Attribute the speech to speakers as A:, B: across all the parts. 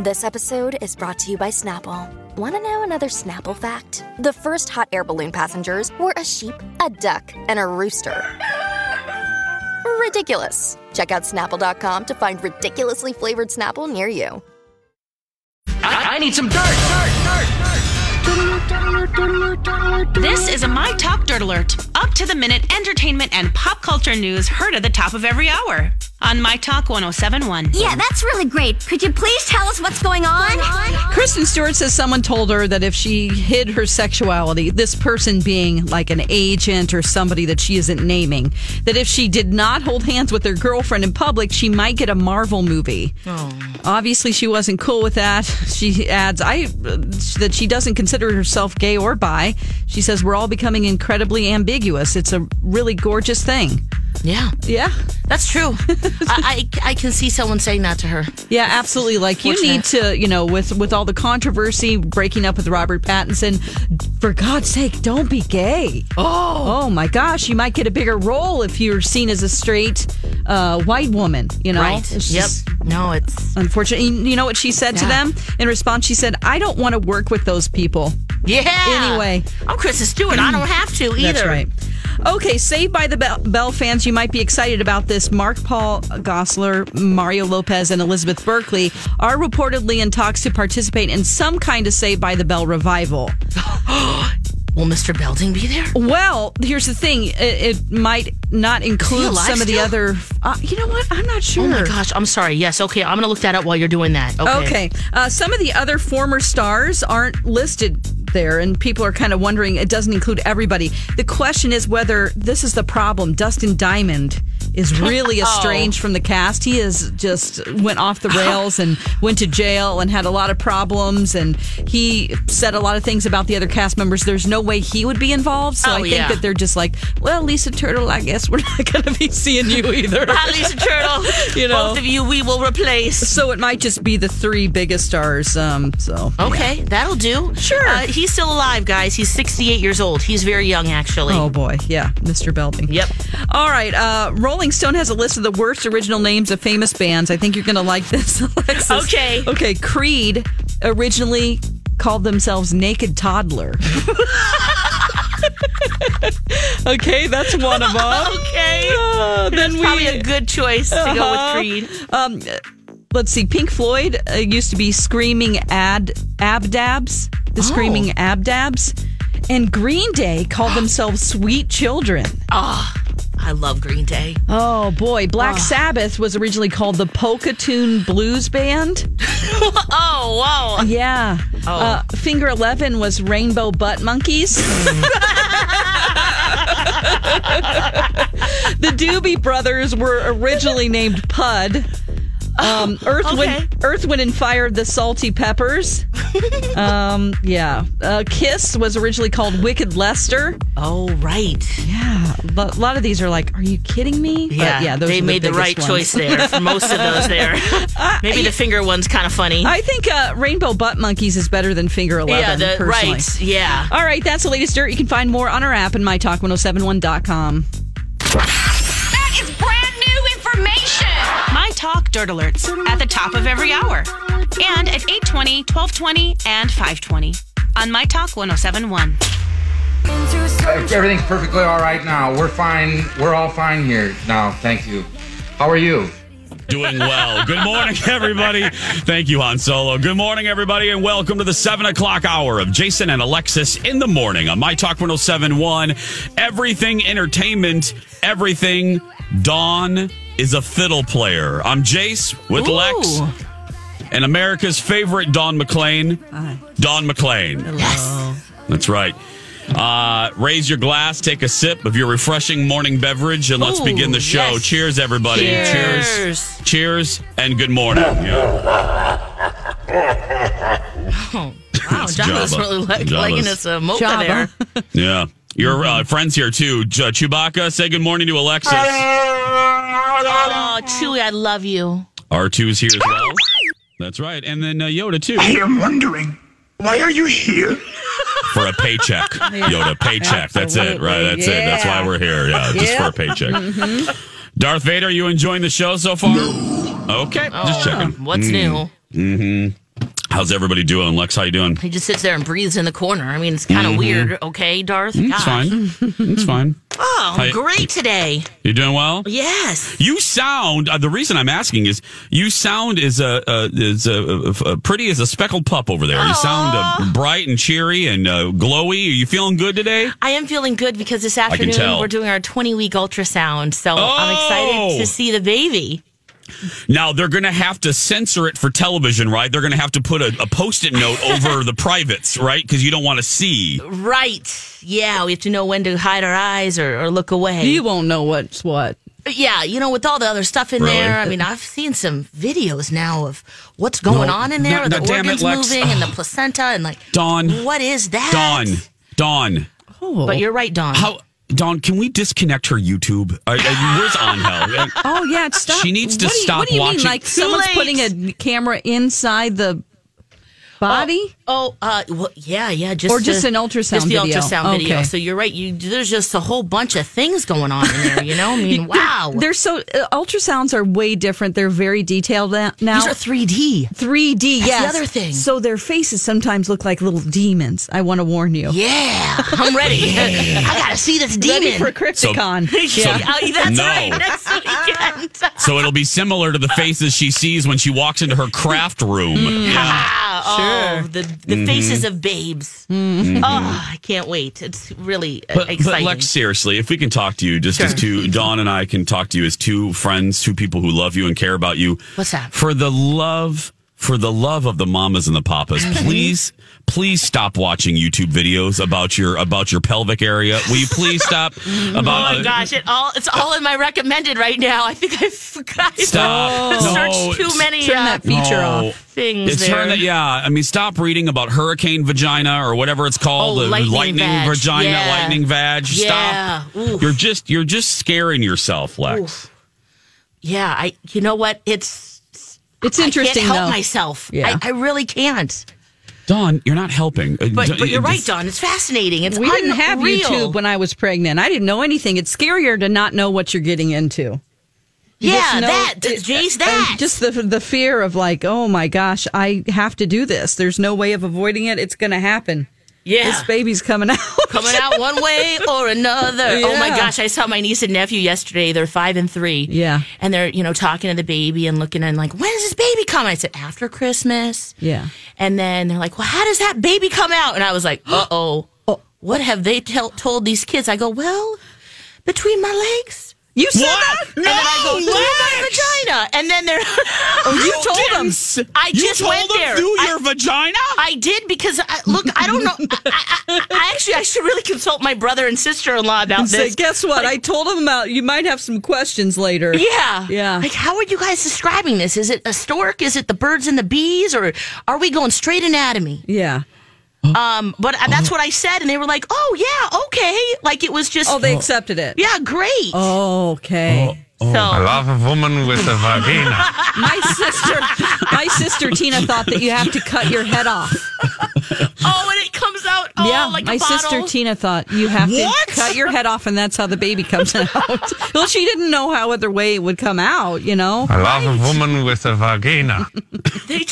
A: This episode is brought to you by Snapple. Want to know another Snapple fact? The first hot air balloon passengers were a sheep, a duck, and a rooster. Ridiculous. Check out snapple.com to find ridiculously flavored Snapple near you.
B: I, I need some dirt, dirt, dirt, dirt.
C: This is a My Top Dirt Alert. Up to the minute entertainment and pop culture news heard at the top of every hour on My Talk 1071.
D: Yeah, that's really great. Could you please tell us what's going on?
E: Kristen Stewart says someone told her that if she hid her sexuality, this person being like an agent or somebody that she isn't naming, that if she did not hold hands with her girlfriend in public, she might get a Marvel movie. Obviously, she wasn't cool with that. She adds, "I that she doesn't consider herself gay or bi." She says, "We're all becoming incredibly ambiguous. It's a really gorgeous thing."
F: Yeah,
E: Yeah,
F: that's true. I, I I can see someone saying that to her.
E: yeah, absolutely. Like you need to, you know, with with all the controversy breaking up with Robert Pattinson, for God's sake, don't be gay. Oh, oh my gosh, you might get a bigger role if you're seen as a straight uh, white woman. You know,
F: Right.
E: It's
F: yep.
E: just-
F: No, it's
E: Unfortunately, you know what she said to
F: Yeah.
E: them in response? She said, "I don't want to work with those people."
F: yeah.
E: Anyway.
F: I'm Kristen Stewart. I don't have to either.
E: That's right. Okay, Saved by the Bell, Bell fans, you might be excited about this. Mark Paul Gossler, Mario Lopez, and Elizabeth Berkley are reportedly in talks to participate in some kind of Saved by the Bell revival.
F: Will Mr. Belding be there?
E: Well, here's the thing: it, it might not include
F: alive
E: some of the
F: still?
E: other. Uh, you know what? I'm not sure.
F: Oh my gosh. I'm sorry. Yes. Okay. I'm gonna look that up while you're doing that. Okay.
E: Okay. Uh, some of the other former stars aren't listed there, and people are kind of wondering it doesn't include everybody. The question is whether this is the problem. Dustin Diamond is
F: Oh.
E: really estranged from the cast. He is just went off the rails and went to jail and had a lot of problems. And he said a lot of things about the other cast members. There's no way he would be involved. So
F: Oh,
E: I think
F: yeah.
E: that they're just like, well, Lisa Turtle, I guess we're not going to be seeing you either.
F: Hi, Lisa Turtle.
E: You know.
F: both of you, we will replace.
E: So it might just be the three biggest stars. Um, so
F: Okay, that'll do.
E: Sure.
F: Uh, he's still alive, guys. He's 68 years old. He's very young, actually.
E: Oh boy, yeah, Mr. Belding.
F: Yep.
E: All right. Uh, Rolling Stone has a list of the worst original names of famous bands. I think you're going to like this, Alexis.
F: Okay.
E: Okay. Creed originally called themselves Naked Toddler. okay, that's one of them.
F: Okay.
E: Uh, then we
F: Probably a good choice to go
E: Uh-huh.
F: with Creed.
E: um, let's see. Pink Floyd uh, used to be screaming ad abdabs, the screaming
F: Oh.
E: abdabs, and Green Day called themselves Sweet Children.
F: I love Green Day.
E: Oh boy, Black
F: Ah.
E: Sabbath was originally called the Polka Tune Blues Band.
F: Oh, wow. Oh.
E: Yeah. Uh, Finger Eleven was Rainbow Butt Monkeys. the Doobie Brothers were originally named Pud. Um, Earth,
F: Oh, okay.
E: Wind, Earth, Wind, and Fire, the Salty Peppers. Um, yeah. Uh, Kiss was originally called Wicked Lester.
F: Oh, right.
E: Yeah. A lot of these are like, are you kidding me? But yeah those
F: they
E: are
F: made the,
E: biggest
F: right
E: ones.
F: choice there for most of those there. Maybe the finger one's kind of funny.
E: I think uh, Rainbow Butt Monkeys is better than Finger Eleven.
F: yeah, the,
E: personally.
F: right. Yeah.
E: All right, that's the latest dirt. You can find more on our app and mytalk1071.com.
D: That is brand new information.
C: My Talk Dirt Alerts at the top of every hour and at 820, 1220, and 520 on My Talk 1071.
G: Everything's perfectly all right now. We're fine. We're all fine here now. Thank you. How are you?
H: Doing well. Oh, Good morning, everybody. Thank you, Han Solo. Good morning, everybody, and welcome to the 7 o'clock hour of Jason and Alexis in the morning on My Talk 1071. Everything entertainment, everything. Dawn is a fiddle player. I'm Jace with Lex
F: Ooh.
H: and America's favorite Don McLean. Don McLean. That's right. Uh, raise your glass, take a sip of your refreshing morning beverage, and let's
F: Ooh,
H: begin the show.
F: yes.
H: Cheers, everybody.
F: Cheers.
H: Cheers. Cheers and good morning. Yeah.
F: Wow,
H: It's
F: Jabba's
H: Jabba.
F: really like,
H: Jabba's-
F: liking this uh, mocha
E: Jabba.
F: there.
H: Yeah. Your uh, friends here too. J- Chewbacca, say good morning to Alexis.
F: Oh, Chewie, I love you.
H: R2's here as well. That's right. And then uh, Yoda too
B: I am wondering, why are you here?
H: for a paycheck. Yoda paycheck. That's it, right? That's it. That's why we're here. Yeah, just for a paycheck. Darth Vader, you enjoying the show so far? Okay,
F: Oh,
H: just checking.
F: What's new?
H: How's everybody doing, Lex? How you doing?
F: He just sits there and breathes in the corner. I mean, it's kind of weird. Okay, Darth.
H: Mm-hmm. Mm,
F: Oh, Gosh.
H: It's fine. It's fine.
F: Oh,
H: Hi.
F: great today.
H: You doing well?
F: Yes.
H: You sound. Uh, the reason I'm asking is you sound is a uh, is uh uh pretty as a speckled pup over there. You sound uh, bright and cheery and uh, glowy. Are you feeling good today?
F: I am feeling good because this afternoon
H: tell.
F: we're doing our 20 week ultrasound. So I'm
H: Oh!
F: excited to see the baby.
H: Now they're going to have to censor it for television, right? They're going to have to put a, a post-it note over the privates, right? Because you don't want to see.
F: Right. Yeah, we have to know when to hide our eyes or, or look away.
E: You won't know what's what.
F: yeah, you know, with all the other stuff in
H: Really?
F: there, I mean, I've seen some videos now of what's going
H: No,
F: on in there,
H: no,
F: with
H: no,
F: the
H: damn it,
F: organs
H: Lex.
F: moving and the placenta, and like,
H: Dawn.
F: what is that?
H: Dawn, Dawn,
F: But you're right, Dawn.
H: how? Dawn, can we disconnect her YouTube? Uh, uh, where's on hell?
E: Oh yeah, stop.
H: She needs to
E: what do you,
H: stop
E: What do you
H: watching-
E: mean? Like
H: Too
E: someone's
F: late.
E: putting a camera inside the body?
F: Oh, uh, well, yeah, yeah, just
E: Or just an ultrasound
F: just the
E: video.
F: ultrasound video.
E: Okay.
F: So you're right. You there's just a whole bunch of things going on in there. You know, I mean, wow,
E: They're so uh, ultrasounds are way different. They're very detailed na- now.
F: these are 3D.
E: 3D.
F: That's the
E: yes.
F: other thing.
E: So their faces sometimes look like little demons. I want to warn you.
F: Yeah, I'm ready. I gotta see this demon.
E: Ready for Crypticon?
H: so-
F: Yeah, oh, that's
H: No.
F: right. Next weekend.
H: So it'll be similar to the faces she sees when she walks into her craft room.
F: Mm,
H: Yeah.
F: Ah, Oh, the the
H: Mm-hmm.
F: faces of babes. Oh, I can't wait. It's really uh,
H: But, but
F: exciting.
H: Lex, seriously, if we can talk to you just as two, Dawn and I can talk to you as two friends, two people who love you and care about you.
F: What's that?
H: For the love, for the love of the mamas and the papas, please, please stop watching YouTube videos about your about your pelvic area. Will you please stop? about, uh,
F: Oh my gosh! It all it's all in my recommended right now. I think I forgot.
H: Stop. No,
F: Searched too many.
E: Turn
F: uh,
E: that feature
H: No.
E: off.
F: things
H: It's
F: there.
H: her that, yeah. I mean, stop reading about hurricane vagina or whatever it's called,
F: Oh,
H: the
F: lightning vag.
H: vagina,
F: Yeah.
H: lightning vag.
F: Yeah.
H: Stop.
F: Oof.
H: You're just you're just scaring yourself, Lex.
F: yeah, I. You know what? It's
E: It's interesting
F: I can't help
E: though.
F: myself.
E: Yeah.
F: I, I really can't.
H: Dawn, you're not helping. Uh,
F: But
H: Dawn-
F: but you're right,
H: it's-
F: Don. It's fascinating. It's
E: We didn't have
F: unreal.
E: YouTube when I was pregnant. I didn't know anything. It's scarier to not know what you're getting into. You
F: yeah,
E: just know-
F: that
E: it- uh,
F: Jace,
E: and
F: that
E: just the the fear of like, oh my gosh, I have to do this. There's no way of avoiding it. It's going to happen.
F: yeah.
E: This baby's coming out.
F: coming out one way or another. Oh my
E: Yeah.
F: gosh, I saw my niece and nephew yesterday. They're five and three.
E: Yeah.
F: And they're, you know, talking to the baby and looking and like, when does this baby come? I said, after Christmas.
E: Yeah.
F: And then they're like, well, how does that baby come out? And I was like, uh oh. What have they tell told these kids? I go, well, between my legs.
E: You said
H: What?
E: that?
F: And then I go, through my vagina. And then they're.
E: Oh, you told them.
H: didn't.
F: I
H: You
F: just
H: told
F: went
H: them
F: there.
H: through
F: I-
H: your vagina.
F: I did because I, look, I don't know. I, I, I, I actually, I should really consult my brother and sister in law about
E: And say,
F: this.
E: guess what? I told him about. You might have some questions later.
F: Yeah.
E: Yeah.
F: Like, how are you guys describing this? Is it a stork? Is it the birds and the bees? Or are we going straight anatomy?
E: Yeah.
F: Um, but
E: Oh.
F: that's what I said. And they were like, oh, yeah, okay. Like, it was just,
E: Oh, they Oh. accepted it.
F: yeah, Oh. great.
E: Okay.
F: So,
G: love a woman with a vagina.
E: My sister, my sister Tina thought that you have to cut your head off.
F: oh, and it comes out, oh,
E: yeah,
F: like a
E: my sister
F: bottle.
E: Tina thought you have
F: What?
E: to cut your head off, and that's how the baby comes out. well, she didn't know how other way it would come out, you know.
G: I love a woman with a vagina.
F: They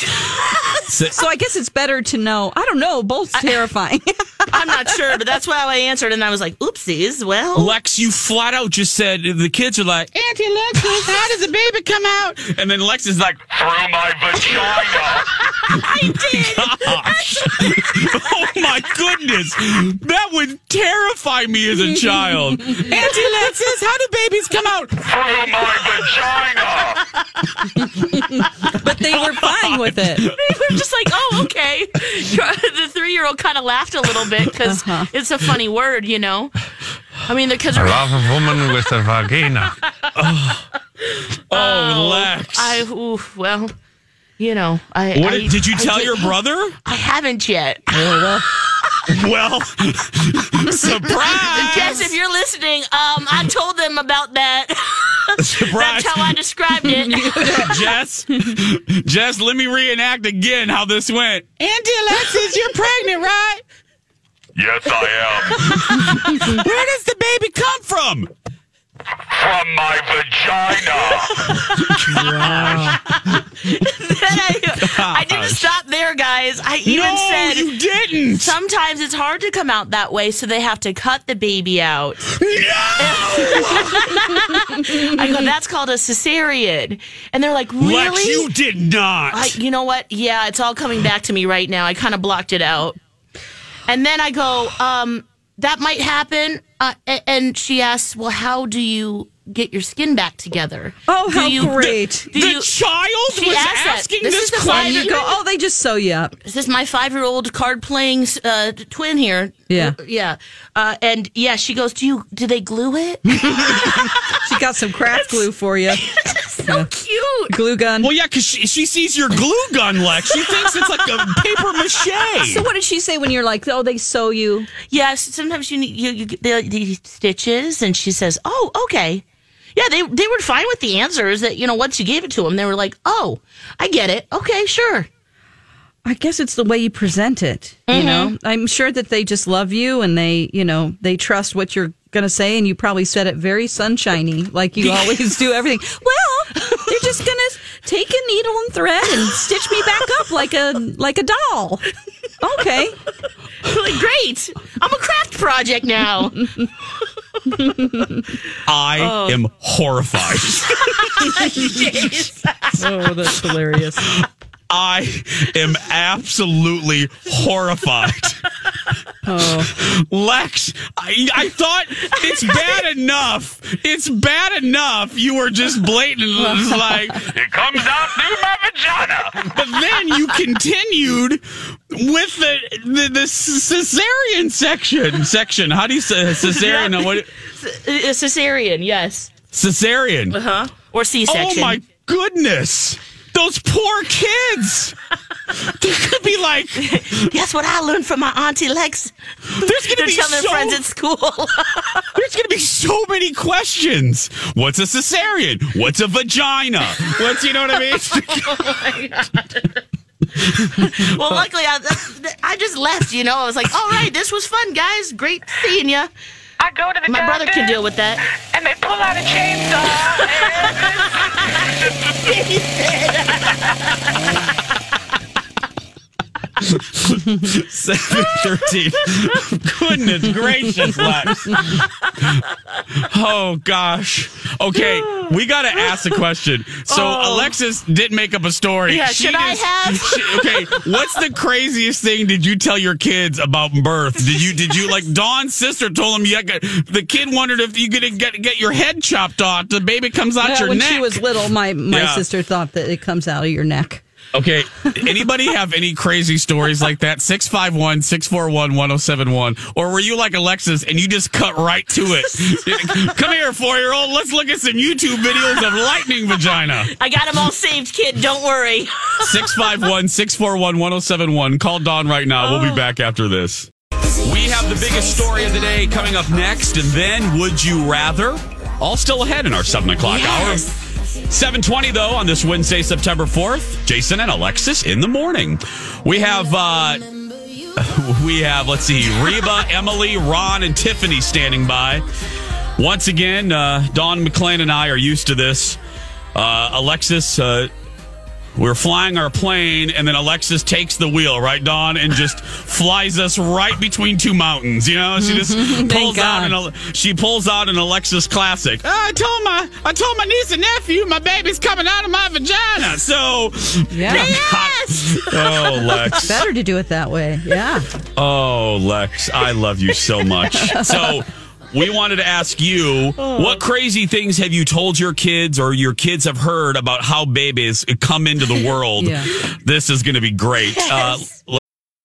E: So I guess it's better to know. I don't know. Both terrifying.
F: I'm not sure, but that's how I answered. And I was like, oopsies, well.
H: Lex, you flat out just said the kids are like, Auntie Lexus, how does the baby come out? And then Lex is like, through my vagina.
F: I did.
H: Gosh. oh my goodness. That would terrify me as a child. Auntie Lexus, how do babies come out? Through my vagina.
E: but they were fine with it.
F: they were just like, oh, okay. The three year old kind of laughed a little bit because
E: Uh-huh.
F: it's a funny word, you know? I mean, the kids are.
G: love a woman with a vagina.
H: Oh, Lex.
F: I, ooh, well, you know, I.
H: What
F: I-
H: did, did you
F: I
H: tell
F: did-
H: your brother?
F: I haven't yet.
H: Well, surprise!
F: Jess, if you're listening, um, I told them about that.
H: surprise!
F: That's how I described it.
H: Jess, Jess, let me reenact again how this went. Auntie Alexis, you're pregnant, right?
B: Yes, I am.
H: Where does the baby come from?
B: From my vagina.
F: Then I, I didn't stop there, guys. I even
H: no,
F: said
H: you didn't.
F: sometimes it's hard to come out that way, so they have to cut the baby out. I go, that's called a cesarean, and they're like, really?
H: Lex, you did not.
F: I, you know what? Yeah, it's all coming back to me right now. I kind of blocked it out. And then I go, um, that might happen. Uh, a- and she asks, well, how do you get your skin back together?
E: Oh,
F: Do
E: how
F: you-
E: great.
F: Do
H: the
F: you,
H: child
F: She
H: was
F: asked that.
H: asking
F: This
H: this,
F: is the
E: And
H: question.
E: you go, oh, they just sew you up.
F: this is my five year old card playing uh, twin here.
E: Yeah.
F: Yeah. Uh, and yeah, she goes, do you, do they glue it?
E: She got some craft glue for you.
F: so cute.
E: Glue gun.
H: Well, yeah, because she, she sees your glue gun, Lex. She thinks it's like a paper mache.
E: so what did she say when you're like, oh, they sew you?
F: Yes, sometimes you need- you, you get the, the stitches, and she says, "Oh, okay." Yeah, they they were fine with the answers that you know once you gave it to them, they were like, "Oh, I get it. Okay, sure."
E: I guess it's the way you present it. You know, I'm sure that they just love you and they, you know, they trust what you're going to say. And you probably said it very sunshiny, like you always do everything. Well, they're just going to take a needle and thread and stitch me back up like a like a doll. Okay,
F: like, great. I'm a craft project now.
H: I
F: Oh.
H: am horrified.
E: Oh, that's hilarious.
H: I am absolutely horrified. Lex, I, I thought it's bad enough. It's bad enough. You were just blatant, just like,
B: It comes out through my vagina.
H: but then you continued with the the, the cesarean section. Section. How do you say cesarean? What
F: A cesarean, yes,
H: cesarean?
F: huh? Or C-section.
H: Oh my goodness! Those poor kids. They could be like,
F: Guess what I learned from my auntie Lex?
H: there's gonna
F: They're
H: be
F: telling their
H: so
F: friends at school.
H: There's going to be so many questions. What's a cesarean? What's a vagina? What's, you know what I mean?
F: well, luckily I that- I just left. You know, I was like, "All right, this was fun, guys. Great seeing you."
I: I go to the
F: My brother can
I: doctor,
F: deal with that.
I: And they pull out a chainsaw. and
H: Seven thirteen. Goodness gracious, Lex. Oh, gosh. Okay, we got to ask the question. So, Alexis did make up a story.
F: Yeah, should I have?
H: she- okay, what's the craziest thing did you tell your kids about birth? Did you, did you, like, Dawn's sister told him, you got, the kid wondered if you could get, get your head chopped off, the baby comes out your
E: when
H: neck.
E: she was little, my my
H: Yeah.
E: sister thought that it comes out of your neck.
H: Okay. Anybody have any crazy stories like that? 651 641 1071. Or were you like Alexis and you just cut right to it? Come here, four year old. Let's look at some YouTube videos of lightning vagina.
F: I got them all saved, kid. Don't worry.
H: 651 641 1071. Call Dawn right now. We'll be back after this. We have the biggest story of the day coming up next, and then Would You Rather? All still ahead in our 7 o'clock hour. 720 though on this Wednesday, September 4th. Jason and Alexis in the morning. We have uh we have let's see, Reba, Emily, Ron, and Tiffany standing by. Once again, uh Don McClain and I are used to this. Uh Alexis uh we're flying our plane, and then Alexis takes the wheel, right, Don, and just flies us right between two mountains. You know, she just pulls out
E: God.
H: an Ale- she pulls out an Alexis classic. "Oh, I told my I told my niece and nephew my baby's coming out of my vagina. So
E: Yeah,
H: yes, oh Lex,
E: better to do it that way. Yeah.
H: oh Lex, I love you so much. So. We wanted to ask you,
E: Oh.
H: what crazy things have you told your kids or your kids have heard about how babies come into the world?
E: Yeah.
H: This is going to be great. Uh,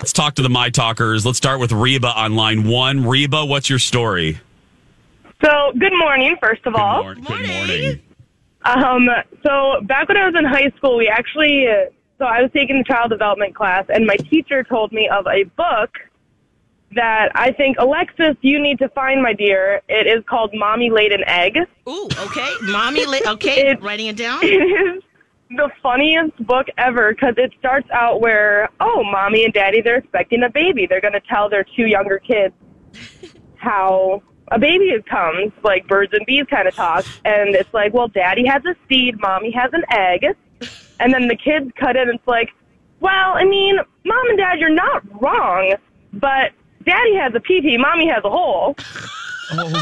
H: Let's talk to the My Talkers. Let's start with Reba on line one. Reba, what's your story?
J: So, good morning, first of all.
H: Good morning.
J: Um, so, back when I was in high school, we actually, so I was taking the child development class, and my teacher told me of a book that I think, Alexis, you need to find, my dear. It is called Mommy Laid an Egg.
F: Ooh, okay. Mommy, la- okay,
J: It-
F: writing it down.
J: It is the funniest book ever because it starts out where, oh, mommy and daddy, they're expecting a baby. They're going to tell their two younger kids how a baby comes, like birds and bees kind of talk. And it's like, well, daddy has a seed, mommy has an egg. And then the kids cut in and it's like, well, I mean, mom and dad, you're not wrong, but daddy has a pee pee, mommy has a hole.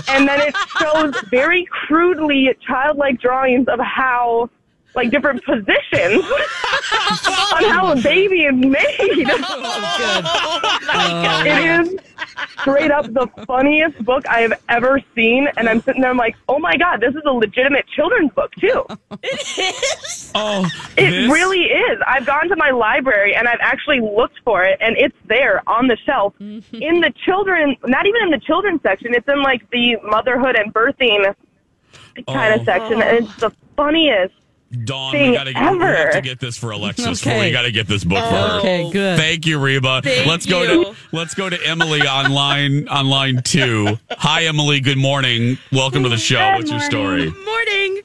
J: And then it shows very crudely childlike drawings of how, like, different positions on how a baby is made. It is straight up the funniest book I have ever seen. And I'm sitting there, I'm like, oh my God, this is a legitimate children's book, too.
H: Oh,
J: It
H: this-
J: really is. I've gone to my library and I've actually looked for it, and it's there on the shelf in the children, not even in the children's section. It's in like the motherhood and birthing kind of section, and it's the funniest.
H: Dawn,
J: Thing
H: we gotta get, we have
J: ever.
H: to get this for Alexis. For
J: Okay.
H: her. we gotta get this book for her.
J: Okay,
E: good.
H: Thank you, Reba.
J: Thank
H: let's go to
J: you.
H: let's go to Emily on line on line two. Hi, Emily. Good morning. Welcome to the show. What's your story?
K: morning.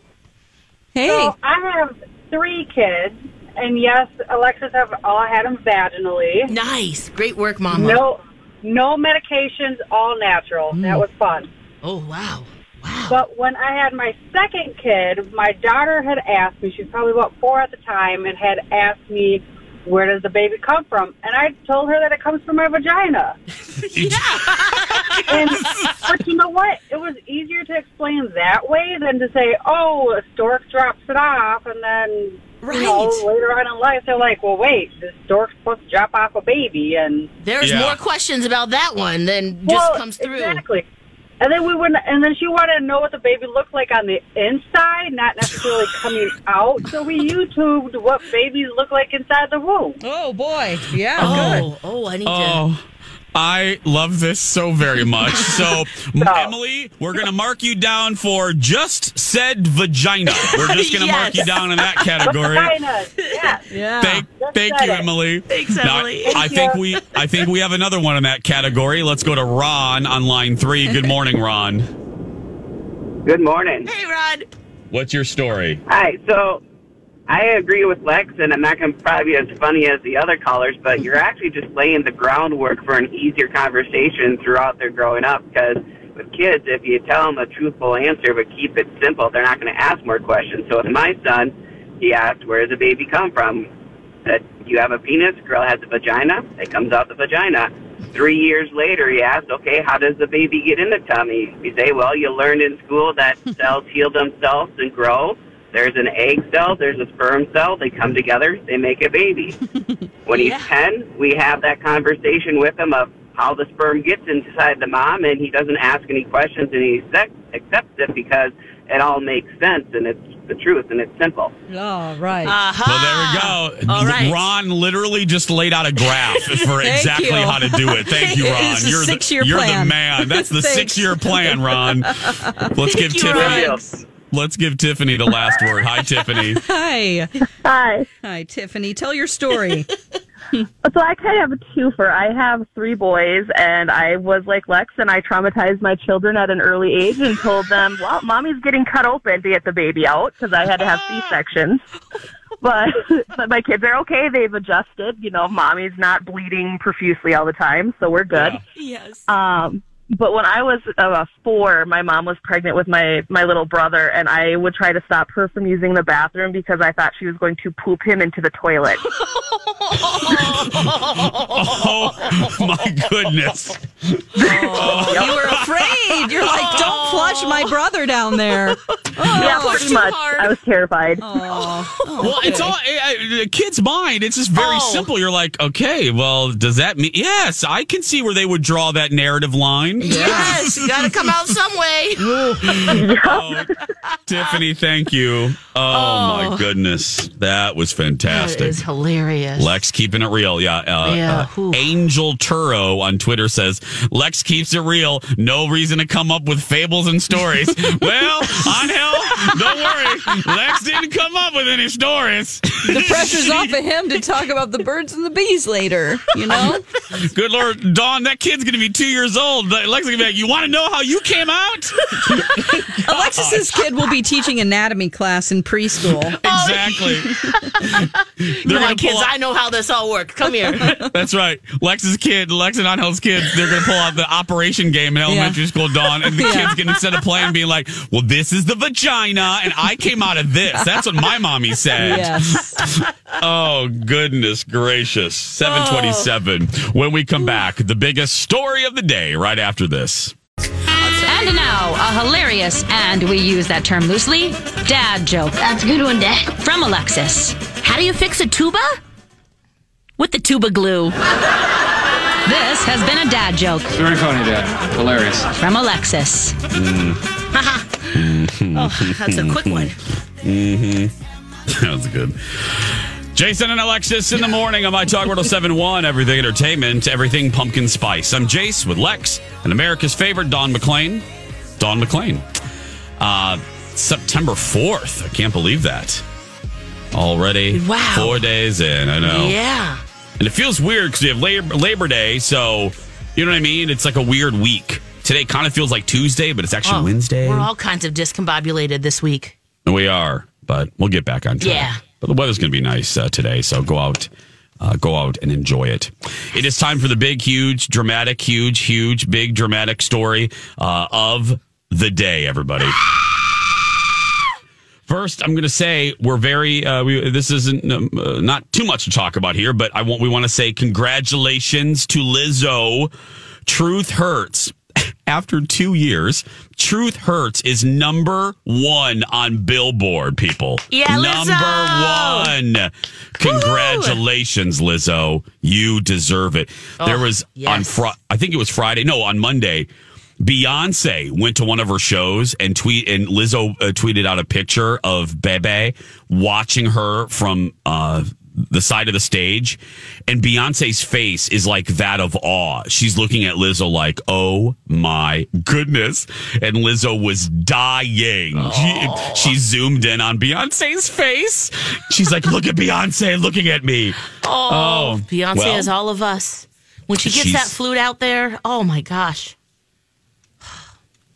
E: Hey.
K: So I have three kids, and yes, Alexis have all had them vaginally.
F: Nice. Great work, Mama.
K: No, no medications, all natural. That was fun.
F: Oh, wow.
K: But when I had my second kid, my daughter had asked me, she was probably about four at the time, and had asked me, where does the baby come from? And I told her that it comes from my vagina. and, but you know what? It was easier to explain that way than to say, oh, a stork drops it off, and then you know,
F: Right.
K: later on in life, they're like, well, wait, this stork's supposed to drop off a baby, and
F: There's more questions about that one than just
K: Well,
F: comes through.
K: Exactly. And then we went, and then she wanted to know what the baby looked like on the inside, not necessarily coming out. So we YouTubed what babies look like inside the womb.
E: Oh boy, yeah.
F: Oh, oh, I need
H: Oh. I love this so very much. So, Emily, we're going to mark you down for just said vagina. We're just going to mark
K: Yes.
H: you down in that category.
K: Vaginas, yeah.
H: Thank, thank you, Emily.
K: Thanks,
H: Now,
K: Emily.
H: I
K: Thank
H: think
K: you.
H: we, I think we have another one in that category. Let's go to Ron on line three. Good morning, Ron.
L: Good morning.
F: Hey, Rod.
H: What's your story?
L: Hi. So I agree with Lex, and I'm not going to probably be as funny as the other callers, but you're actually just laying the groundwork for an easier conversation throughout their growing up. Because with kids, if you tell them a truthful answer but keep it simple, they're not going to ask more questions. So with my son, he asked, "Where does the baby come from?" That you have a penis, girl has a vagina, it comes out the vagina. Three years later, he asked, okay, how does the baby get in the tummy? We say, well, you learned in school that cells heal themselves and grow. There's an egg cell, there's a sperm cell, they come together, they make a baby. When he's 10, we have that conversation with him of how the sperm gets inside the mom, and he doesn't ask any questions, and he accept- accepts it because it all makes sense, and it's the truth, and it's simple.
E: All right.
H: Uh, Well, there we go.
E: Ah, All right.
H: Ron literally just laid out a graph for
E: Thank
H: exactly
E: you.
H: how to do it. Thank you,
E: It
H: Ron.
E: is a
H: you're
E: six-year
H: the, you're the
E: plan.
H: man. That's the
E: Thanks.
H: six-year plan, Ron. Let's give
E: Thank you,
H: Tiffany.
E: Ron.
H: Let's give Tiffany the last word. Hi, Tiffany.
E: Hi.
J: Hi.
E: Hi, Tiffany. Tell your story.
J: So I kind of have a twofer. I have three boys, and I was like Lex, and I traumatized my children at an early age and told them, "Well, mommy's getting cut open to get the baby out because I had to have C sections." But but my kids are okay. They've adjusted. You know, mommy's not bleeding profusely all the time, so we're good.
F: Yes.
J: Um, but when I was uh, four, my mom was pregnant with my my little brother, and I would try to stop her from using the bathroom because I thought she was going to poop him into the toilet.
H: Oh my goodness.
E: Oh, You were afraid. You're like,
H: Oh.
E: don't flush my brother down there. Oh.
J: yeah, pretty much. I was terrified.
H: Well, it's all eh, eh, the kid's mind. It's just very
E: Oh.
H: simple. You're like, okay, well, does that mean? Yes, I can see where they would draw that narrative line.
F: Yes, you gotta come out some way.
H: Oh, Tiffany, thank you. Oh, my goodness, that was fantastic.
F: That is hilarious.
H: Lex keeping it real. Yeah. Uh,
F: Yeah,
H: uh, Angel Turo on Twitter says, Lex keeps it real. No reason to come up with fables and stories. well, on hell, don't worry. Lex didn't come up with any stories.
E: The pressure's off of him to talk about the birds and the bees later, you know?
H: Good Lord, Dawn, that kid's going to be two years old. Lex is going to be like, You want to know how you came out?
E: Alexis's
H: Oh,
E: kid will be teaching anatomy class in preschool.
H: Exactly.
F: Come
H: They're
F: on,
H: gonna
F: Oh, kids,
H: pull out-
F: I know how this all works. Come here.
H: That's right. Lex's kid, Lex and Angel's kid, they're going to pull out the operation game in elementary school, Dawn. And the
E: Yeah.
H: kids can, instead of playing, being like, well, this is the vagina, and I came out of this. That's what my mommy said.
E: Yes.
H: Oh, goodness gracious. 727. When we come back, the biggest story of the day right after this.
M: And now, a hilarious, and we use that term loosely, dad joke. That's a good one, Dad. From Alexis. How do you fix a tuba? With the tuba glue. this has been a dad joke
G: Very funny, Dad. Hilarious.
M: from Alexis.
H: oh,
M: that's a quick one.
H: Mm-hmm. That was good. Jason and Alexis in the morning on my Talk oh World 71, everything entertainment, everything pumpkin spice. I'm Jace with Lex and America's favorite Don McLean. Don McLean. Uh, September 4th. I can't believe that. Already
F: Wow.
H: four days in. I know.
F: Yeah.
H: And it feels weird because we have Labor, Labor Day, so you know what I mean? It's like a weird week. Today kind of feels like Tuesday, but it's actually
F: Oh,
H: Wednesday.
F: We're all kinds of discombobulated this week.
H: We are, but we'll get back on track.
F: Yeah.
H: But the weather's going to be nice uh, today, so go out. Uh, go out and enjoy it. It is time for the big, huge, dramatic, huge, huge, big, dramatic story uh, of the day, everybody. First, I'm going to say we're very. Uh, we, this isn't um, uh, not too much to talk about here, but I want we want to say congratulations to Lizzo. Truth hurts. After two years, Truth Hurts is number one on Billboard, people.
B: Yeah, Lizzo!
H: Number one. Congratulations, Lizzo. You deserve it. there
B: Oh,
H: was on
B: yes.
H: Friday, I think it was Friday. No, on Monday, Beyonce went to one of her shows and tweet and Lizzo uh, tweeted out a picture of Bebe watching her from uh, the side of the stage, and Beyonce's face is like that of awe. She's looking at Lizzo like, "Oh my goodness!" And Lizzo was dying. She, she zoomed in on Beyonce's face. She's like, "Look at Beyonce looking at me."
F: Oh, Beyonce
H: well.
F: is all of us. When she gets
H: She's-
F: that flute out there, oh my gosh.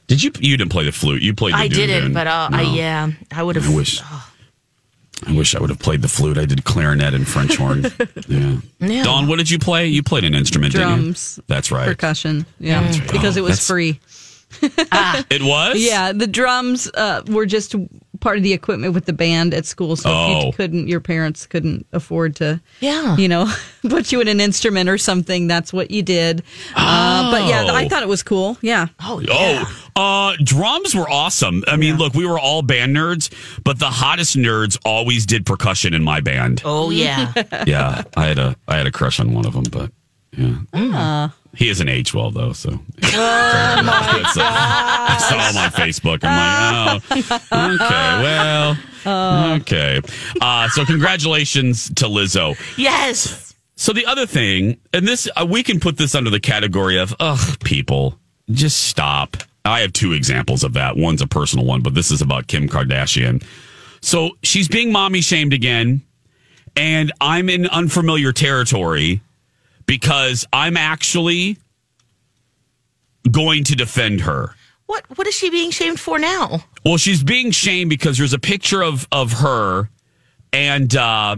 H: Did you? You didn't play the flute. You played. The
F: I didn't,
H: doo-doo.
F: but uh, I,
H: No.
F: yeah, I Oh, would have.
H: I wish. I wish I would have played the flute. I did clarinet and French horn. yeah.
E: Yeah.
H: Don, what did you play? You played an instrument,
E: Drums.
H: didn't you? That's right.
E: Percussion. Yeah.
H: That's right.
E: Because
H: Oh,
E: it was
H: that's-
E: free.
H: It was.
E: Yeah, the drums uh, were just part of the equipment with the band at school. So if
H: Oh.
E: you couldn't, your parents couldn't afford to,
F: Yeah.
E: you know, put you in an instrument or something. That's what you did. Uh, but yeah, I
H: Oh.
E: thought it was cool. Yeah.
F: Oh,
H: Oh, uh, drums were awesome. I mean, look, we were all band nerds, but the hottest nerds always did percussion in my band.
F: Oh yeah.
H: Yeah, I had a I had a crush on one of them, but yeah, he isn't age well though. So
F: Ah. Oh my
H: That's, uh, I saw him on Facebook. I'm like, oh, okay, well,
F: Oh.
H: okay. Uh, so congratulations to Lizzo.
F: Yes.
H: So the other thing, and this uh, we can put this under the category of ugh, people, just stop. I have two examples of that. One's a personal one, but this is about Kim Kardashian. So she's being mommy shamed again, and I'm in unfamiliar territory because I'm actually going to defend her.
F: What What is she being shamed for now?
H: Well, she's being shamed because there's a picture of of her and uh,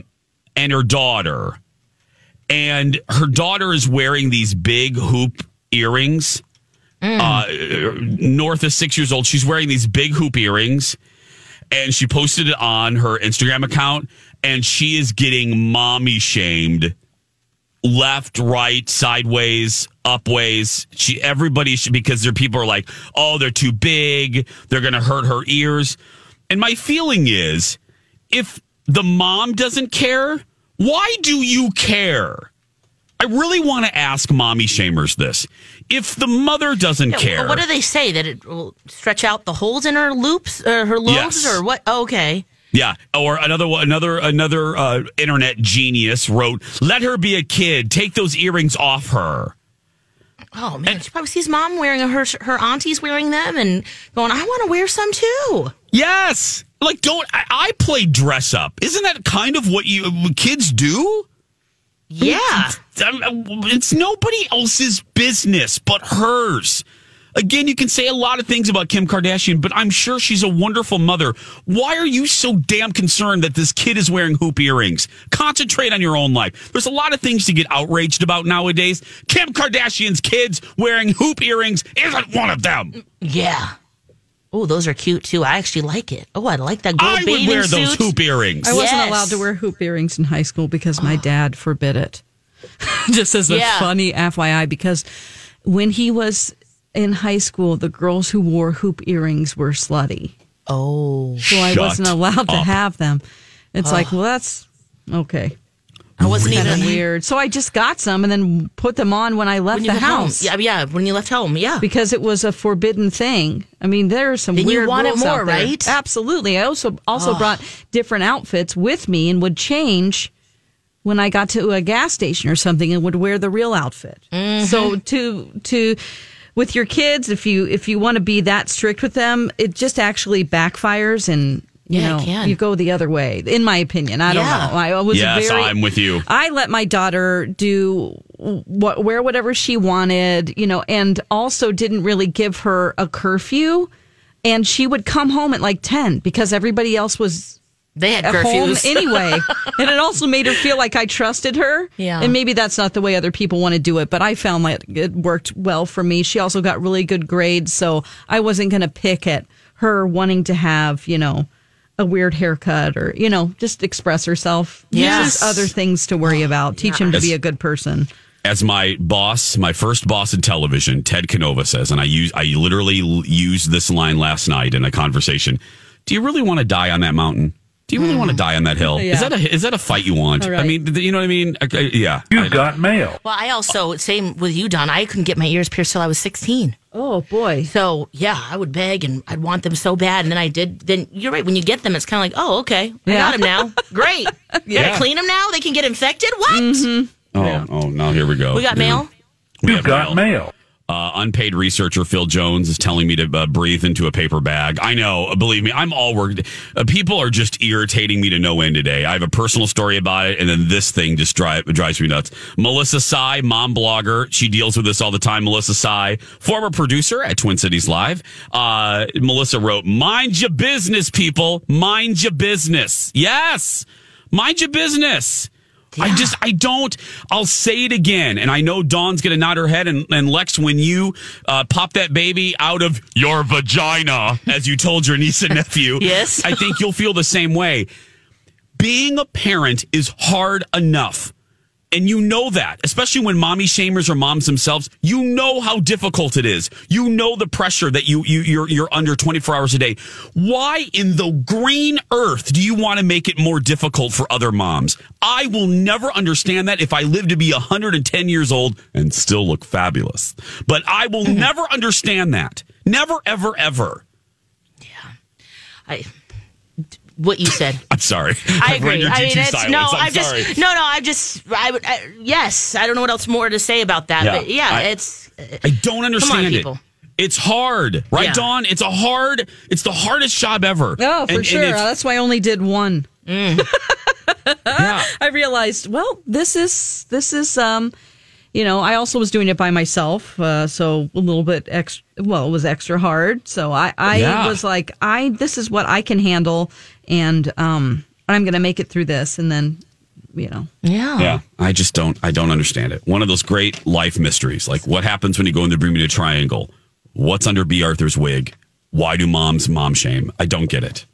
H: and her daughter, and her daughter is wearing these big hoop earrings. Uh, north of six years old, she's wearing these big hoop earrings, and she posted it on her Instagram account, and she is getting mommy shamed. Left, right, sideways, upways. She everybody should because there people are like, oh, they're too big. They're gonna hurt her ears. And my feeling is, if the mom doesn't care, why do you care? I really want to ask mommy shamers this. If the mother doesn't
F: Yeah,
H: care,
F: What do they say that it will stretch out the holes in her loops or her lobes
H: Yes.
F: or what? Okay.
H: Yeah, or another one- another another uh, internet genius wrote, "Let her be a kid. Take those earrings off her."
F: Oh man, she probably sees mom wearing her her auntie's wearing them and going, I want to wear some too.
H: Yes, like don't I, I play dress up? Isn't that kind of what you what kids do?
F: Yeah,
H: it's nobody else's business but hers. Again, you can say a lot of things about Kim Kardashian, but I'm sure she's a wonderful mother. Why are you so damn concerned that this kid is wearing hoop earrings? Concentrate on your own life. There's a lot of things to get outraged about nowadays. Kim Kardashian's kids wearing hoop earrings isn't one of them.
F: Yeah. Oh, those are cute too. I actually like it. Oh, I like that gold
H: I would
F: bathing
H: wear those
F: suit.
H: hoop earrings.
E: I wasn't
F: Yes.
E: allowed to wear hoop earrings in high school because my dad forbid it. Just as a
F: Yeah.
E: funny FYI, because when he was in high school, the girls who wore hoop earrings were slutty.
F: Oh,
E: so I
H: Shut
E: wasn't allowed to
H: up.
E: have them. It's
H: Ugh.
E: like, well, that's okay.
F: I wasn't
E: Kind of
F: even
E: weird. So I just got some and then put them on when I left
F: when you
E: the
F: went home.
E: house
F: Yeah, yeah. When you left home, yeah.
E: because it was a forbidden thing. I mean, there are some
F: Then you
E: weird
F: want it
E: rules
F: more,
E: out there.
F: right?
E: Absolutely. I also also
F: Ugh.
E: brought different outfits with me and would change when I got to a gas station or something and would wear the real outfit.
F: Mm-hmm.
E: So to to with your kids, if you if you want to be that strict with them, it just actually backfires and. You
F: Yeah, it
E: know,
F: can.
E: you go the other way. In my opinion, I don't
F: Yeah.
E: know. I was a
H: yes,
E: very
H: I'm with you.
E: I let my daughter do what wear whatever she wanted, you know, and also didn't really give her a curfew. And she would come home at like ten because everybody else was
F: They had
E: at
F: curfews.
E: home anyway. and it also made her feel like I trusted her.
F: Yeah.
E: And maybe that's not the way other people want to do it, but I found that it worked well for me. She also got really good grades, so I wasn't going to pick at her wanting to have, you know, a weird haircut or, you know, just express herself.
F: Yes.
E: Yes. other things to worry about. Teach him to be a good person.
H: as my boss, my first boss in television, Ted Canova says, and I use I literally l- used this line last night in a conversation. Do you really want to die on that mountain? Do you really want to die on that hill?
F: Hmm. Yeah.
H: Is that a is that a fight you want?
F: All
H: I
F: right.
H: mean, th- you know what I mean? I, I- yeah, you've got mail.
F: Well, I also same with you, Don. I couldn't get my ears pierced till I was sixteen.
E: Oh boy!
F: So yeah, I would beg and I'd want them so bad, and then I did. Then you're right. When you get them, it's kind of like, oh, okay, I
E: Yeah.
F: got him now. Great. Yeah.
H: Yeah.
F: Gotta clean them now. They can get infected. What?
E: Mm-hmm.
H: Oh, oh, now here we go.
F: We got
H: Yeah.
F: mail.
H: We have got mail. Uh, unpaid researcher Phil Jones is telling me to uh, breathe into a paper bag. I know, believe me, I'm all worked. Uh, people are just irritating me to no end today. I have a personal story about it, and then this thing just drive, drives me nuts. Melissa Sy, mom blogger, she deals with this all the time. Melissa Sy, former producer at Twin Cities Live. Uh, Melissa wrote, "Mind your business, people. Mind your business. Yes, mind your business." I just, I don't. I'll say it again. And I know Dawn's going to nod her head. And, and Lex, when you uh, pop that baby out of your vagina, as you told your niece and nephew,
F: Yes.
H: I think you'll feel the same way. Being a parent is hard enough. And you know that, especially when mommy shamers or moms themselves, you know how difficult it is. You know the pressure that you, you, you're, you're under 24 hours a day. Why in the green earth do you want to make it more difficult for other moms? I will never understand that if I live to be 110 years old and still look fabulous. But I will
F: Mm-hmm.
H: never understand that. Never, ever, ever.
F: I. What you said.
H: I'm sorry.
F: I
H: I've read
F: agree.
H: your
F: I mean,
H: GG
F: it's
H: silence.
F: no.
H: I'm
F: I'm
H: sorry.
F: just no, no. I'm just. I would. I, yes, I don't know what else more to say about that.
H: Yeah.
F: But yeah,
H: I-
F: it's.
H: I don't understand
F: Come on,
H: it.
F: people.
H: It's hard, right,
E: Yeah.
H: Dawn? It's a hard. It's the hardest job ever.
E: Oh,
H: And-
E: for
H: and
E: sure.
H: it's-
E: That's why I only did one. I realized, well, this is this is um you know, I also was doing it by myself, uh, so a little bit extra. Well, it was extra hard, so I, I
N: Yeah.
E: was like, I this is what I can handle, and um, I'm going to make it through this, and then, you know,
H: Yeah, I just don't. I don't understand it. One of those great life mysteries, like what happens when you go in the Bermuda Triangle? What's under B. Arthur's wig? Why do moms mom shame? I don't get it.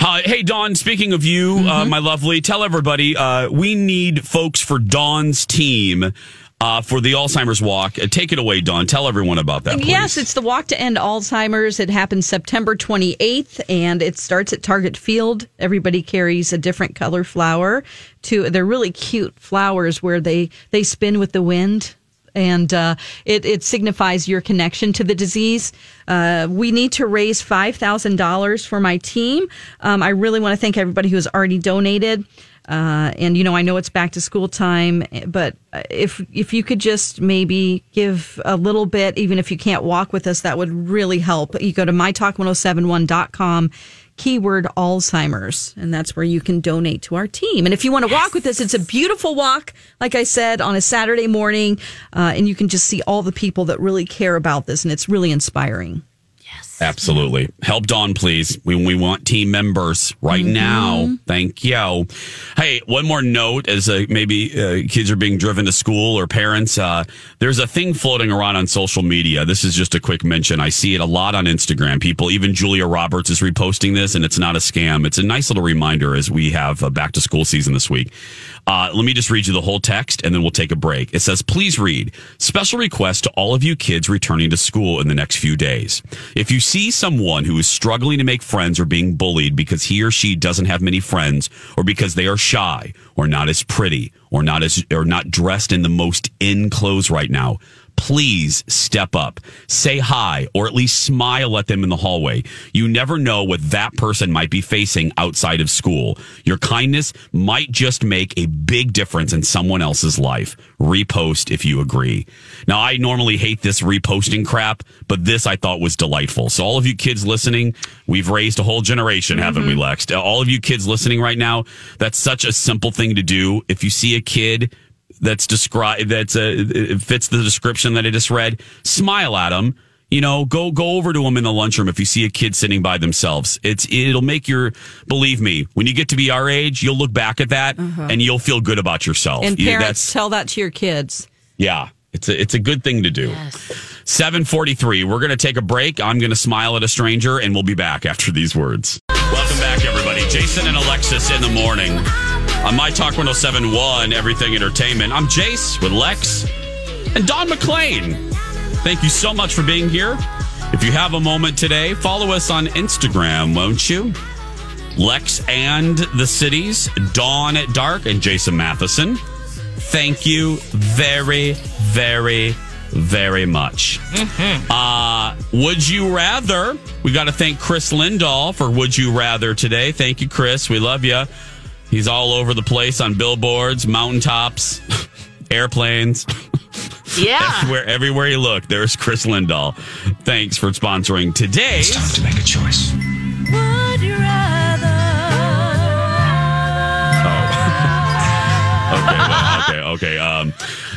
H: Uh, hey, Dawn, speaking of you,
E: Mm-hmm.
H: uh, my lovely, tell everybody uh, we need folks for Dawn's team uh, for the Alzheimer's walk. Uh, take it away, Dawn. Tell everyone about that. please.
E: Yes, it's the Walk to End Alzheimer's. It happens September 28th and it starts at Target Field. Everybody carries a different color flower. To they're really cute flowers where they they spin with the wind. And uh, it, it signifies your connection to the disease. Uh, we need to raise $5,000 for my team. Um, I really want to thank everybody who has already donated. Uh, and you know, I know it's back to school time, but if if you could just maybe give a little bit, even if you can't walk with us, that would really help. You go to mytalk1071.com, keyword Alzheimer's, and that's where you can donate to our team. And if you want to walk with us, it's a beautiful walk, like I said, on a Saturday morning, uh, and you can just see all the people that really care about this, and it's really inspiring.
H: Absolutely. Help Dawn, please. We, we want team members right now. Thank you. Hey, one more note as uh, maybe uh, kids are being driven to school or parents. Uh, there's a thing floating around on social media. This is just a quick mention. I see it a lot on Instagram. People, even Julia Roberts is reposting this, and it's not a scam. It's a nice little reminder as we have uh, back to school season this week. Uh, let me just read you the whole text and then we'll take a break. It says, please read special request to all of you kids returning to school in the next few days. If you see someone who is struggling to make friends or being bullied because he or she doesn't have many friends or because they are shy or not as pretty or not as, or not dressed in the most in clothes right now, please step up, say hi, or at least smile at them in the hallway. You never know what that person might be facing outside of school. Your kindness might just make a big difference in someone else's life. Repost if you agree. Now, I normally hate this reposting crap, but this I thought was delightful. So, all of you kids listening, we've raised a whole generation, haven't
E: Mm-hmm.
H: we, Lex? To All of you kids listening right now, that's such a simple thing to do. If you see a kid, that's described that's a it fits the description that I just read. Smile at them. You know, go go over to them in the lunchroom if you see a kid sitting by themselves. It's it'll make your believe me when you get to be our age, you'll look back at that
E: Uh-huh.
H: and you'll feel good about yourself.
E: And
H: Oh, You-
E: parents,
H: that's-
E: tell that to your kids.
H: yeah, it's a, it's a good thing to do. 743. We're going to take a break. I'm going to smile at a stranger and we'll be back after these words. Welcome back, everybody. Jason and Alexis in the morning on My Talk 1071, Everything Entertainment. I'm Jace with Lex and Don McClain. Thank you so much for being here. If you have a moment today, follow us on Instagram, won't you? Lex and the Cities, Dawn at Dark, and Jason Matheson. Thank you very, very, very much. Uh, would you rather? We got to thank Chris Lindahl for Would You Rather today. Thank you, Chris. We love you. He's all over the place on billboards, mountaintops, airplanes.
F: Yeah.
H: Everywhere, everywhere you look, there's Chris Lindahl. Thanks for sponsoring today. It's time to make a choice. Okay, well, okay, okay. Um,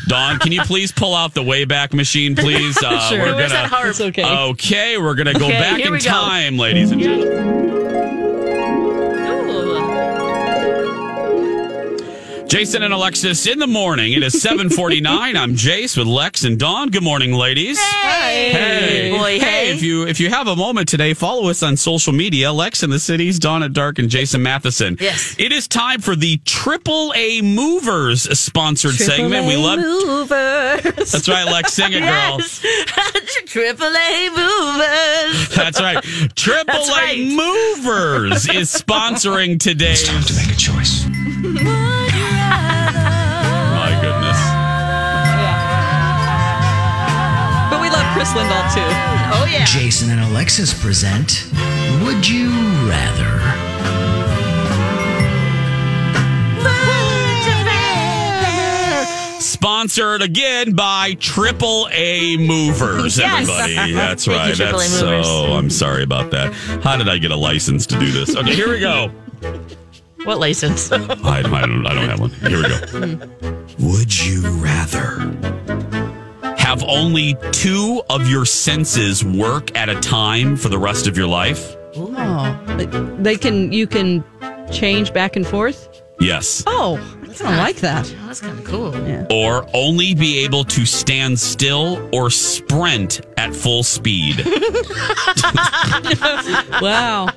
H: Dawn, can you please pull out the Wayback Machine, please? Uh,
I: Sure.
H: We're
I: Where's
H: gonna, uh,
I: that harp? It's okay.
H: Okay, we're gonna go
I: Okay,
H: back
I: here
H: in
I: we go.
H: time, ladies and gentlemen. Jason and Alexis in the morning. It is seven forty nine. I'm Jace with Lex and Dawn. Good morning, ladies. Hey, hey,
I: Boy, hey.
H: If you if you have a moment today, follow us on social media. Lex in the cities, Dawn at Dark, and Jason Matheson. Yes. It is time for the Triple A Movers sponsored segment. we love.
E: movers.
H: That's right, Lex. Sing it, girl.
E: Triple A movers.
H: That's right. Triple
I: That's
H: A
I: right.
H: Movers is sponsoring today. It's time to make a choice. My goodness.
E: But we love Chris Lindahl too. Oh yeah.
O: Jason and Alexis present Would You Rather?
H: Sponsored again by Triple A Movers,
I: Yes.
H: everybody. That's
I: Thank you,
H: right.
I: Triple A
H: That's
I: Movers.
H: so. I'm sorry about that. How did I get a license to do this? Okay, here we go.
F: What license?
H: I, I, don't, I don't have one. Here we go. Would you rather have only two of your senses work at a time for the rest of your life?
E: Oh, but they can. You can change back and forth.
H: Yes.
E: Oh, I kind of like that.
F: That's kind of cool.
E: Yeah.
H: Or only be able to stand still or sprint at full speed.
E: wow.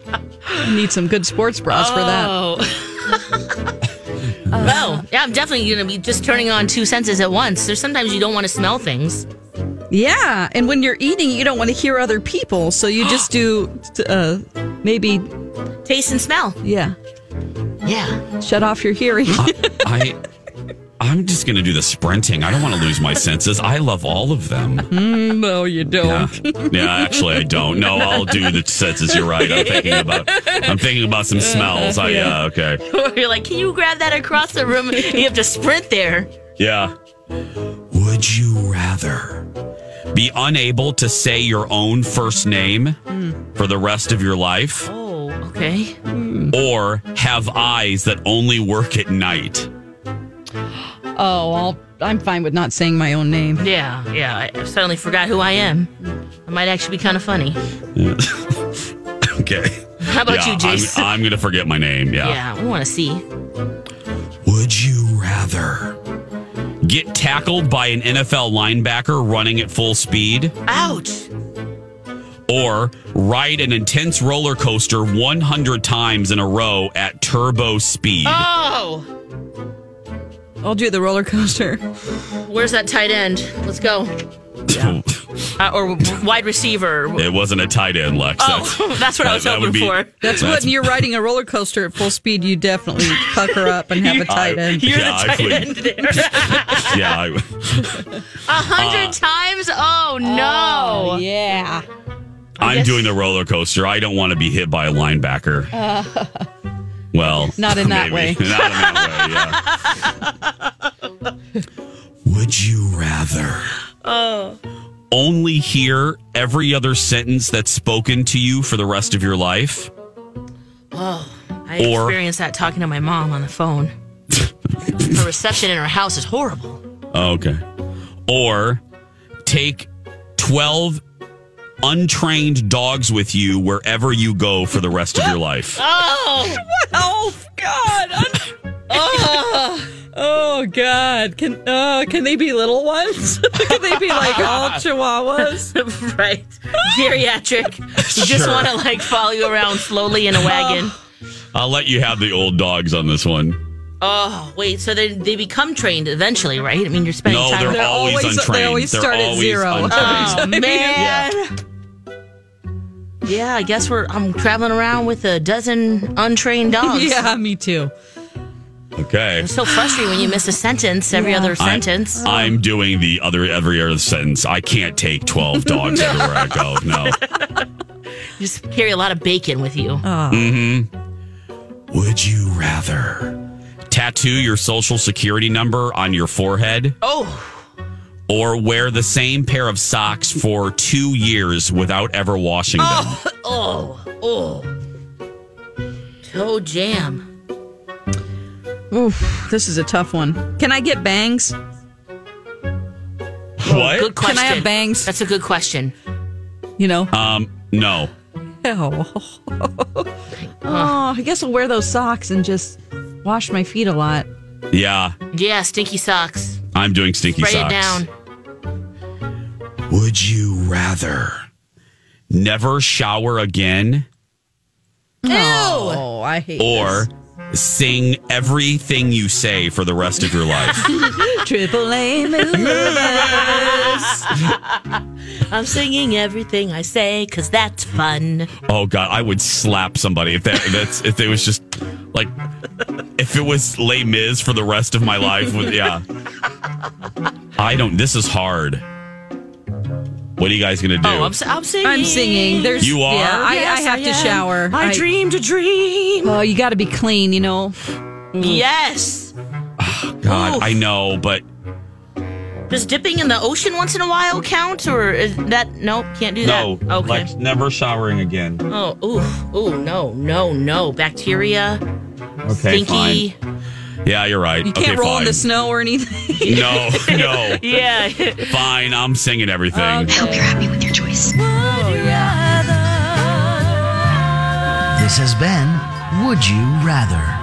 E: Need some good sports bras for that.
F: Oh, yeah, I'm definitely going to be just turning on two senses at once. There's sometimes you don't want to smell things.
E: Yeah, and when you're eating, you don't want to hear other people, so you just do uh, maybe
F: taste and smell.
E: Yeah,
F: yeah.
E: Shut off your hearing.
H: I, I'm just going to do the sprinting. I don't want to lose my senses. I love all of them.
E: Mm, no, you
H: Yeah.
E: don't.
H: yeah, actually, I don't. No, I'll do the senses. You're right. I'm thinking about. I'm thinking about some smells. I yeah. Okay.
F: Or you're like, can you grab that across the room? You have to sprint there.
H: Yeah. Would you rather be unable to say your own first name for the rest of your life,
F: Oh, okay.
H: or have eyes that only work at night?
E: Oh, I'll, I'm fine with not saying my own name.
F: Yeah, yeah. I suddenly forgot who I am. I might actually be kind of funny.
H: Okay.
F: How about
H: Yeah,
F: you, Jace?
H: I'm, I'm gonna forget my name.
F: Yeah,
H: Yeah.
F: we want to see.
H: Would you rather get tackled by an NFL linebacker running at full speed?
F: Ouch.
H: or ride an intense roller coaster 100 times in a row at turbo speed.
F: Oh,
E: I'll do the roller coaster.
F: where's that tight end? Let's go. Uh, or wide receiver.
H: it wasn't a tight end, Lex.
F: Oh, that's what I was
H: that
F: hoping
H: would be-
F: for.
E: That's, what when you're riding a roller coaster at full speed. You definitely pucker up and have a tight
H: I-
E: end.
H: You're the yeah, I tight would- end
F: there.
H: yeah, I,
F: A hundred
H: uh,
F: times? Oh no!
E: yeah.
H: I'm doing the roller coaster. I don't want to be hit by a linebacker. Well,
E: Uh, Not in that
H: maybe.
E: way.
H: Not in that way. Yeah. Would you rather
F: Oh.
H: only hear every other sentence that's spoken to you for the rest of your life?
F: Oh, I
H: Or-
F: experienced that talking to my mom on the phone. her reception in her house is horrible.
H: Oh, okay. Or take 12 untrained dogs with you wherever you go for the rest of your life.
F: Oh,
E: oh God! oh, oh God! Can oh can they be little ones? can they be like all chihuahuas?
F: right, geriatric. You just
H: Sure.
F: want to like follow you around slowly in a wagon.
H: I'll let you have the old dogs on this one.
F: Oh, wait. So they they become trained eventually, right? I mean, you're spending
H: No,
F: time.
H: they're always They're always- they untrained. always They're start at always zero. untrained.
F: Oh
H: Yeah.
F: man. Yeah, I guess we're I'm traveling around with a dozen untrained dogs.
E: yeah, me too.
H: Okay.
F: It's so frustrating when you miss a sentence, every other
H: I'm-
F: sentence.
H: I'm, doing the other every other sentence. I can't take 12 dogs everywhere I go. No.
F: Just carry a lot of bacon with you.
H: Mm-hmm. Would you rather tattoo your social security number on your forehead?
F: Oh,
H: or wear the same pair of socks for two years without ever washing them.
F: oh, oh. Toe Oh, jam.
E: Oof, this is a tough one. Can I get bangs?
H: What?
F: Good question.
E: Can I have bangs?
F: That's a good question.
E: You know.
H: Um, no.
E: Oh.
H: Uh.
E: oh, I guess I'll wear those socks and just wash my feet a lot.
H: Yeah,
F: Yeah, stinky socks.
H: I'm doing stinky
F: Spray
H: socks.
F: it down.
H: Would you rather never shower again
E: Oh, I hate
H: or sing everything you say for the rest of your life?
E: Triple A
F: I'm singing everything I say because that's fun.
H: oh god, I would slap somebody if that if that's if it was just like if it was Les Mis for the rest of my life with yeah. I don't this is hard. What are you guys gonna do?
F: Oh, I'm, s- I'm singing.
E: I'm singing. There's
H: You are?
E: Yeah, I,
F: Yes,
E: I have
F: I
E: to
F: am.
E: shower.
F: I dreamed a dream.
E: Oh, you got to be clean, you know.
F: Yes.
H: God,
F: Oof.
H: I know, but
F: Does dipping in the ocean once in a while count, or is that nope? Can't do
H: no,
F: that. Okay.
H: like never showering again.
F: oh, ooh, ooh, no, no, no. Bacteria.
H: Okay,
F: Stinky.
H: fine. Yeah, you're right.
E: You can't
H: okay,
E: roll
H: fine.
E: in the snow or anything.
H: No, no.
F: yeah.
H: Fine, I'm singing everything.
M: hope you're happy with your choice.
O: This has been Would You Rather?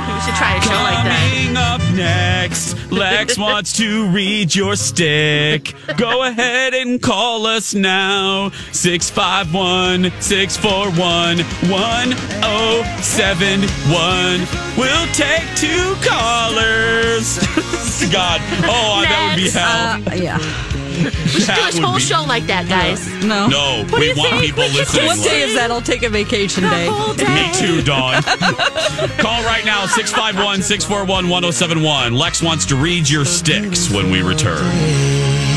F: We should try a show like that.
H: Coming up next, Lex wants to read your stick. Go ahead and call us now. 651 641 1071. We'll take two callers. God. Oh, that would be
F: Next.
H: hell.
E: Uh, yeah.
F: We should do
H: That
F: this
H: would
F: whole
H: be-
F: show like that, guys.
E: No.
H: No,
F: What do
H: we
F: you
H: want
F: think?
H: people
F: We could
H: listening.
E: What day is that? I'll take a vacation day.
H: Me too, Dawn. Call right now oh 651 641 1071. Lex wants to read your sticks when we return.